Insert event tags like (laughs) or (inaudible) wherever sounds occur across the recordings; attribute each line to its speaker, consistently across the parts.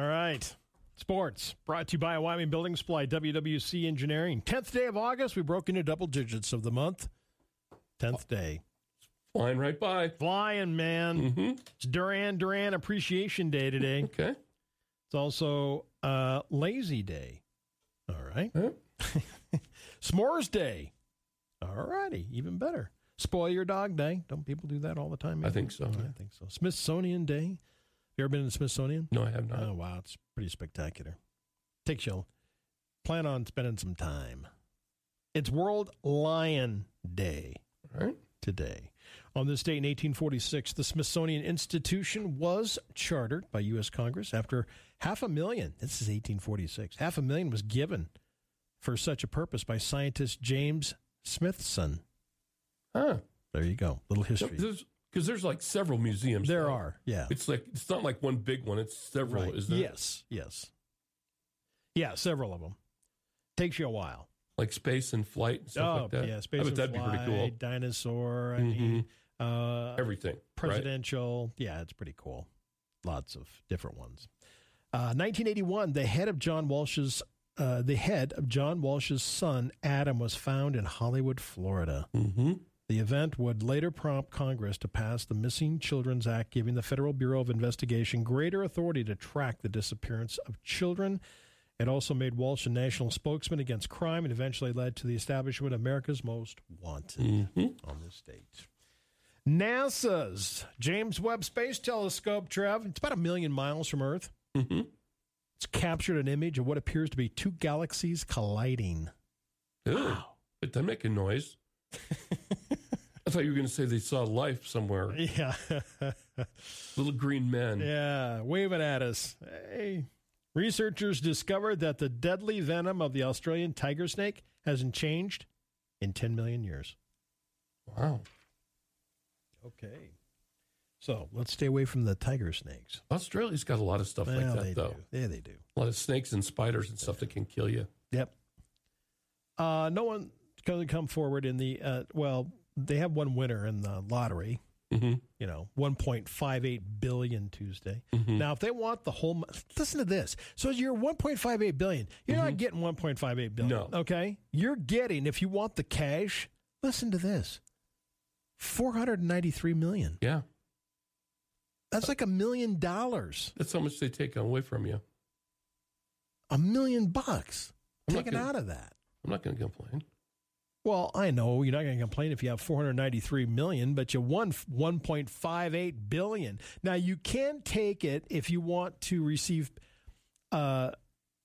Speaker 1: right. Sports brought to you by Wyoming Building Supply, WWC Engineering. 10th day of August. We broke into double digits of the month. 10th day.
Speaker 2: Flying right by.
Speaker 1: Flying, man.
Speaker 2: Mm-hmm.
Speaker 1: It's Duran Duran Appreciation Day
Speaker 2: (laughs)
Speaker 1: today.
Speaker 2: Okay.
Speaker 1: It's also uh, Lazy Day. All right.
Speaker 2: Huh?
Speaker 1: S'mores Day. All righty. Even better. Spoil Your Dog Day. Don't people do that all the time?
Speaker 2: I think so.
Speaker 1: Yeah, I think so. Smithsonian Day. Have you ever been to the Smithsonian?
Speaker 2: No, I have not.
Speaker 1: Oh, wow. It's pretty spectacular. Takes you. Plan on spending some time. It's World Lion Day
Speaker 2: All right.
Speaker 1: today. On this date in 1846, the Smithsonian Institution was chartered by U.S. Congress after half a million, this is 1846, half a million was given for such a purpose by scientist James Smithson.
Speaker 2: Huh.
Speaker 1: There you go. Little
Speaker 2: Because
Speaker 1: history.
Speaker 2: there's, 'cause there's like several museums.
Speaker 1: There
Speaker 2: now.
Speaker 1: are, yeah.
Speaker 2: It's like it's not like one big one. It's several,
Speaker 1: Right.
Speaker 2: isn't it?
Speaker 1: Yes, yes. Yeah, several of them. Takes you a while.
Speaker 2: Like space and flight and stuff
Speaker 1: oh,
Speaker 2: like that.
Speaker 1: yeah, space
Speaker 2: I bet
Speaker 1: and
Speaker 2: that'd be
Speaker 1: flight,
Speaker 2: pretty cool.
Speaker 1: dinosaur, I
Speaker 2: Mhm.
Speaker 1: mean, uh,
Speaker 2: Everything. Right?
Speaker 1: presidential. Yeah, it's pretty cool. Lots of different ones. Uh, 1981, the head of John Walsh's uh, the head of John Walsh's son Adam was found in Hollywood, Florida.
Speaker 2: Mm-hmm.
Speaker 1: The event would later prompt Congress to pass the Missing Children's Act, giving the Federal Bureau of Investigation greater authority to track the disappearance of children. It also made Walsh a national spokesman against crime and eventually led to the establishment of America's Most Wanted
Speaker 2: Mhm.
Speaker 1: on this date. NASA's James Webb Space Telescope, Trev, it's about a million miles from Earth.
Speaker 2: Mm-hmm.
Speaker 1: It's captured an image of what appears to be two galaxies colliding. Wow.
Speaker 2: It doesn't make
Speaker 1: (laughs)
Speaker 2: a noise. I thought you were going to say they saw life somewhere.
Speaker 1: (laughs) Yeah.
Speaker 2: Little green men.
Speaker 1: Yeah, waving at us. Hey. Researchers discovered that the deadly venom of the Australian tiger snake hasn't changed in 10 million years.
Speaker 2: Wow.
Speaker 1: Okay. So let's stay away from the tiger snakes.
Speaker 2: Australia's got a lot of stuff
Speaker 1: Well,
Speaker 2: like
Speaker 1: they
Speaker 2: that, though.
Speaker 1: do. Yeah, they do.
Speaker 2: A lot of snakes and spiders and stuff that can kill you.
Speaker 1: Yep. Uh, no one going to come forward in the, uh, well, they have one winner in the lottery,
Speaker 2: Mm-hmm.
Speaker 1: you know, 1.58 billion Tuesday.
Speaker 2: Mm-hmm.
Speaker 1: Now, if they want the whole, mo- listen to this. So you're 1.58 billion. You're not
Speaker 2: Mhm.
Speaker 1: getting 1.58 billion.
Speaker 2: No.
Speaker 1: Okay. You're getting, if you want the cash, listen to this 493 million.
Speaker 2: yeah.
Speaker 1: That's like a million dollars,
Speaker 2: That's how much they take away from you.
Speaker 1: a million bucks
Speaker 2: I'm not
Speaker 1: taken
Speaker 2: gonna-
Speaker 1: out of that.
Speaker 2: I'm not going to complain.
Speaker 1: Well, I know you're not going to complain if you have 493 million, but you won f- 1.58 billion. Now you can take it if you want to receive, uh,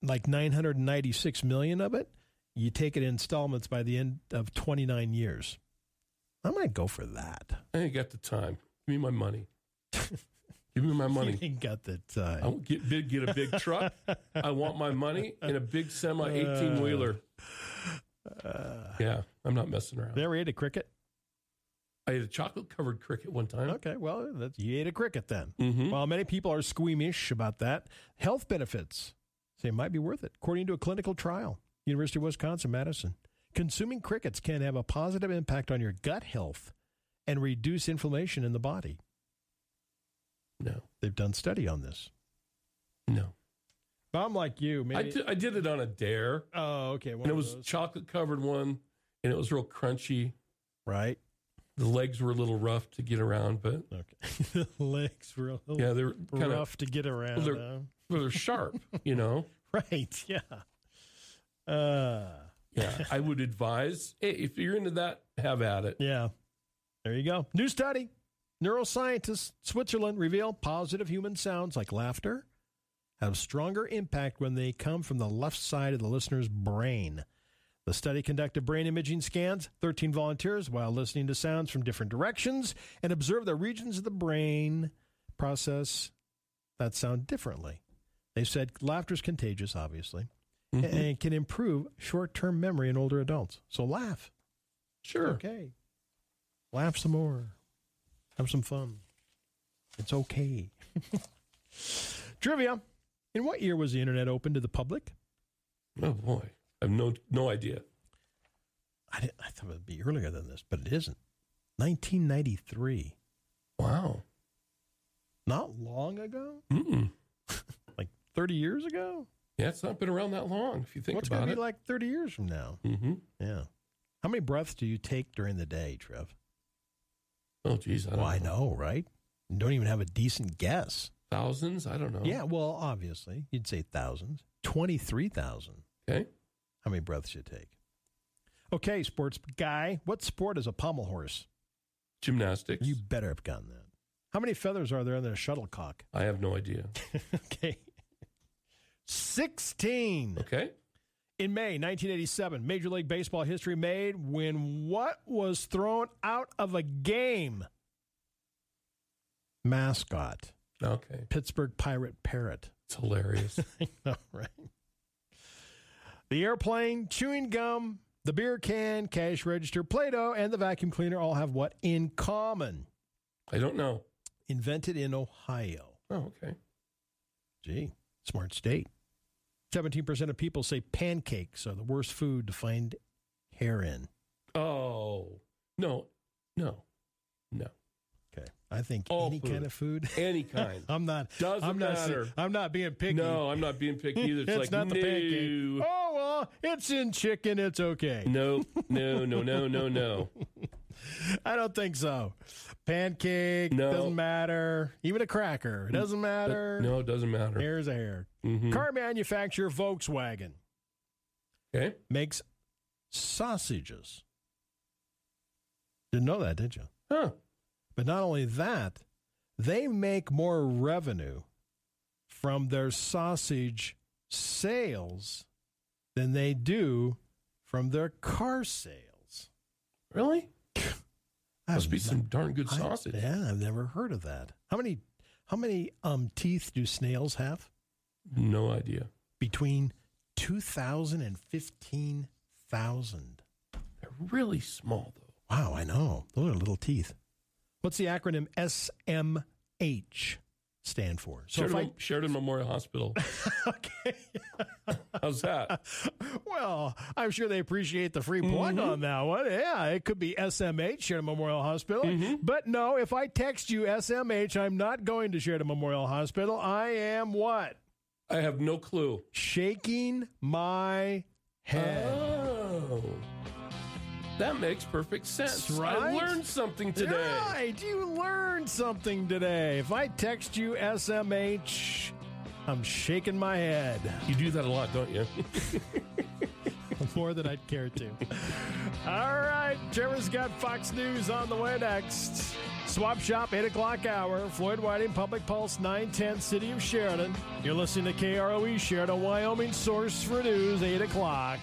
Speaker 1: like 996 million of it. You take it in installments by the end of 29 years. I might go for that.
Speaker 2: I ain't got the time. Give me
Speaker 1: (laughs)
Speaker 2: my money. Give me my
Speaker 1: You
Speaker 2: money.
Speaker 1: ain't got the
Speaker 2: I
Speaker 1: time.
Speaker 2: want get big, get a big truck. I want my money and a big semi eighteen wheeler. yeah, I'm not messing
Speaker 1: (laughs)
Speaker 2: around.
Speaker 1: Uh. There we ate a cricket.
Speaker 2: I ate a chocolate covered cricket one time.
Speaker 1: Okay, well, that's, you ate a cricket then.
Speaker 2: Mm-hmm.
Speaker 1: While many people are squeamish about that, health benefits say it might be worth it, according to a clinical trial, University of Wisconsin Madison. Consuming crickets can have a positive impact on your gut health and reduce inflammation in the body.
Speaker 2: No,
Speaker 1: They've done study on this.
Speaker 2: no.
Speaker 1: I'm like you,
Speaker 2: I
Speaker 1: maybe.
Speaker 2: di- I did it on a dare,
Speaker 1: oh, okay. One
Speaker 2: and it
Speaker 1: of
Speaker 2: was (laughs)
Speaker 1: those.
Speaker 2: chocolate covered one, and it was real crunchy.
Speaker 1: right.
Speaker 2: The legs were a little rough to get around, but
Speaker 1: Okay. (laughs) the legs were a little
Speaker 2: yeah, they're kind of
Speaker 1: rough to get around.
Speaker 2: they're-
Speaker 1: huh? (laughs)
Speaker 2: they're sharp. You know.
Speaker 1: Right. Yeah. Uh,
Speaker 2: Yeah, I would advise hey, if you're into that, have at it.
Speaker 1: Yeah. There you go. New study. Neuroscientists, Switzerland reveal positive human sounds like laughter have stronger impact when they come from the left side of the listener's brain. The study conducted brain imaging scans, 13 volunteers, while listening to sounds from different directions and observed the regions of the brain process that sound differently. They said laughter is contagious, obviously,
Speaker 2: Mhm.
Speaker 1: and can improve short term memory in older adults. So laugh.
Speaker 2: Sure.
Speaker 1: Okay. Laugh some more. Have some fun. It's okay. (laughs) Trivia. In what year was the internet open to the public?
Speaker 2: Oh boy, I have no no idea.
Speaker 1: I, didn't, I thought it would be earlier than this, but it isn't. 1993.
Speaker 2: Wow.
Speaker 1: Not long ago?
Speaker 2: Mm-mm.
Speaker 1: Like 30 years ago?
Speaker 2: Yeah, it's not been around that long if you think
Speaker 1: What's
Speaker 2: about
Speaker 1: going to
Speaker 2: it.
Speaker 1: be like 30 years from now?
Speaker 2: mm-hmm.
Speaker 1: Yeah. How many breaths do you take during the day, Trev?
Speaker 2: Oh, geez, I don't
Speaker 1: well, I
Speaker 2: know.
Speaker 1: know, right? You don't even have a decent guess.
Speaker 2: Thousands? I don't know.
Speaker 1: Yeah, well, obviously, you'd say thousands. 23,000.
Speaker 2: Okay.
Speaker 1: How many breaths you take? Okay, sports guy, what sport is a pommel horse?
Speaker 2: Gymnastics.
Speaker 1: You better have gotten that. How many feathers are there in a shuttlecock? (laughs)
Speaker 2: I have no idea.
Speaker 1: okay. 16.
Speaker 2: Okay.
Speaker 1: In May 1987, Major League Baseball history made when what was thrown out of a game? Mascot,
Speaker 2: Okay.
Speaker 1: Pittsburgh Pirate Parrot.
Speaker 2: It's hilarious.
Speaker 1: (laughs) I know, right? The airplane, chewing gum, the beer can, cash register, Play Doh, and the vacuum cleaner all have what in common?
Speaker 2: I don't know.
Speaker 1: Invented in Ohio.
Speaker 2: Oh, okay.
Speaker 1: Gee, smart state. 17% of people say pancakes are the worst food to find hair in.
Speaker 2: Oh, no. No. No.
Speaker 1: Okay. I think
Speaker 2: All
Speaker 1: any
Speaker 2: food.
Speaker 1: kind of food. (laughs)
Speaker 2: Any kind.
Speaker 1: I'm not.
Speaker 2: Doesn't
Speaker 1: I'm not.
Speaker 2: matter.
Speaker 1: I'm not being picky. (laughs)
Speaker 2: No, I'm not being picky either. It's, like,
Speaker 1: not the
Speaker 2: no.
Speaker 1: pancake. Oh well, it's in chicken. It's okay.
Speaker 2: No, no, no, no, no, no.
Speaker 1: I don't think so. Pancake
Speaker 2: No. Uh,
Speaker 1: doesn't matter. Even a cracker it doesn't matter.
Speaker 2: No, it doesn't matter.
Speaker 1: Hair's a hair.
Speaker 2: Mhm.
Speaker 1: Car manufacturer Volkswagen
Speaker 2: Okay.
Speaker 1: makes sausages. Didn't know that, did you?
Speaker 2: Huh.
Speaker 1: But not only that, they make more revenue from their sausage sales than they do from their car sales.
Speaker 2: Really? Must
Speaker 1: I've
Speaker 2: be
Speaker 1: ne-
Speaker 2: some darn good
Speaker 1: I-
Speaker 2: sausage.
Speaker 1: yeah, I've never heard of that. How many how many um teeth do snails have?
Speaker 2: No idea.
Speaker 1: Between 2,000 and 15,000.
Speaker 2: They're really small though.
Speaker 1: Wow, I know. Those are little teeth. What's the acronym SMH stand for? So if
Speaker 2: Sheridan,
Speaker 1: I
Speaker 2: Sheridan Memorial Hospital.
Speaker 1: (laughs) okay.
Speaker 2: How's
Speaker 1: (laughs)
Speaker 2: that?
Speaker 1: Well, I'm sure they appreciate the free plug
Speaker 2: Mm-hmm.
Speaker 1: on that one. Yeah, it could be SMH, Sheridan Memorial Hospital.
Speaker 2: Mm-hmm.
Speaker 1: But no, if I text you SMH, I'm not going to Sheridan Memorial Hospital. I am what?
Speaker 2: I have no clue.
Speaker 1: Shaking my head.
Speaker 2: Oh. That makes perfect sense.
Speaker 1: That's right.
Speaker 2: I learned something today.
Speaker 1: Right, you learned something today. If I text you SMH, I'm shaking my head.
Speaker 2: You do that a lot, don't you?
Speaker 1: (laughs) More than I'd care to. (laughs) All right, Trevor's got Fox News on the way next. Swap Shop, 8 o'clock hour. Floyd Whiting, Public Pulse, 910, E, City of Sheridan. You're listening to KROE Sheridan, Wyoming, source for news, 8 o'clock.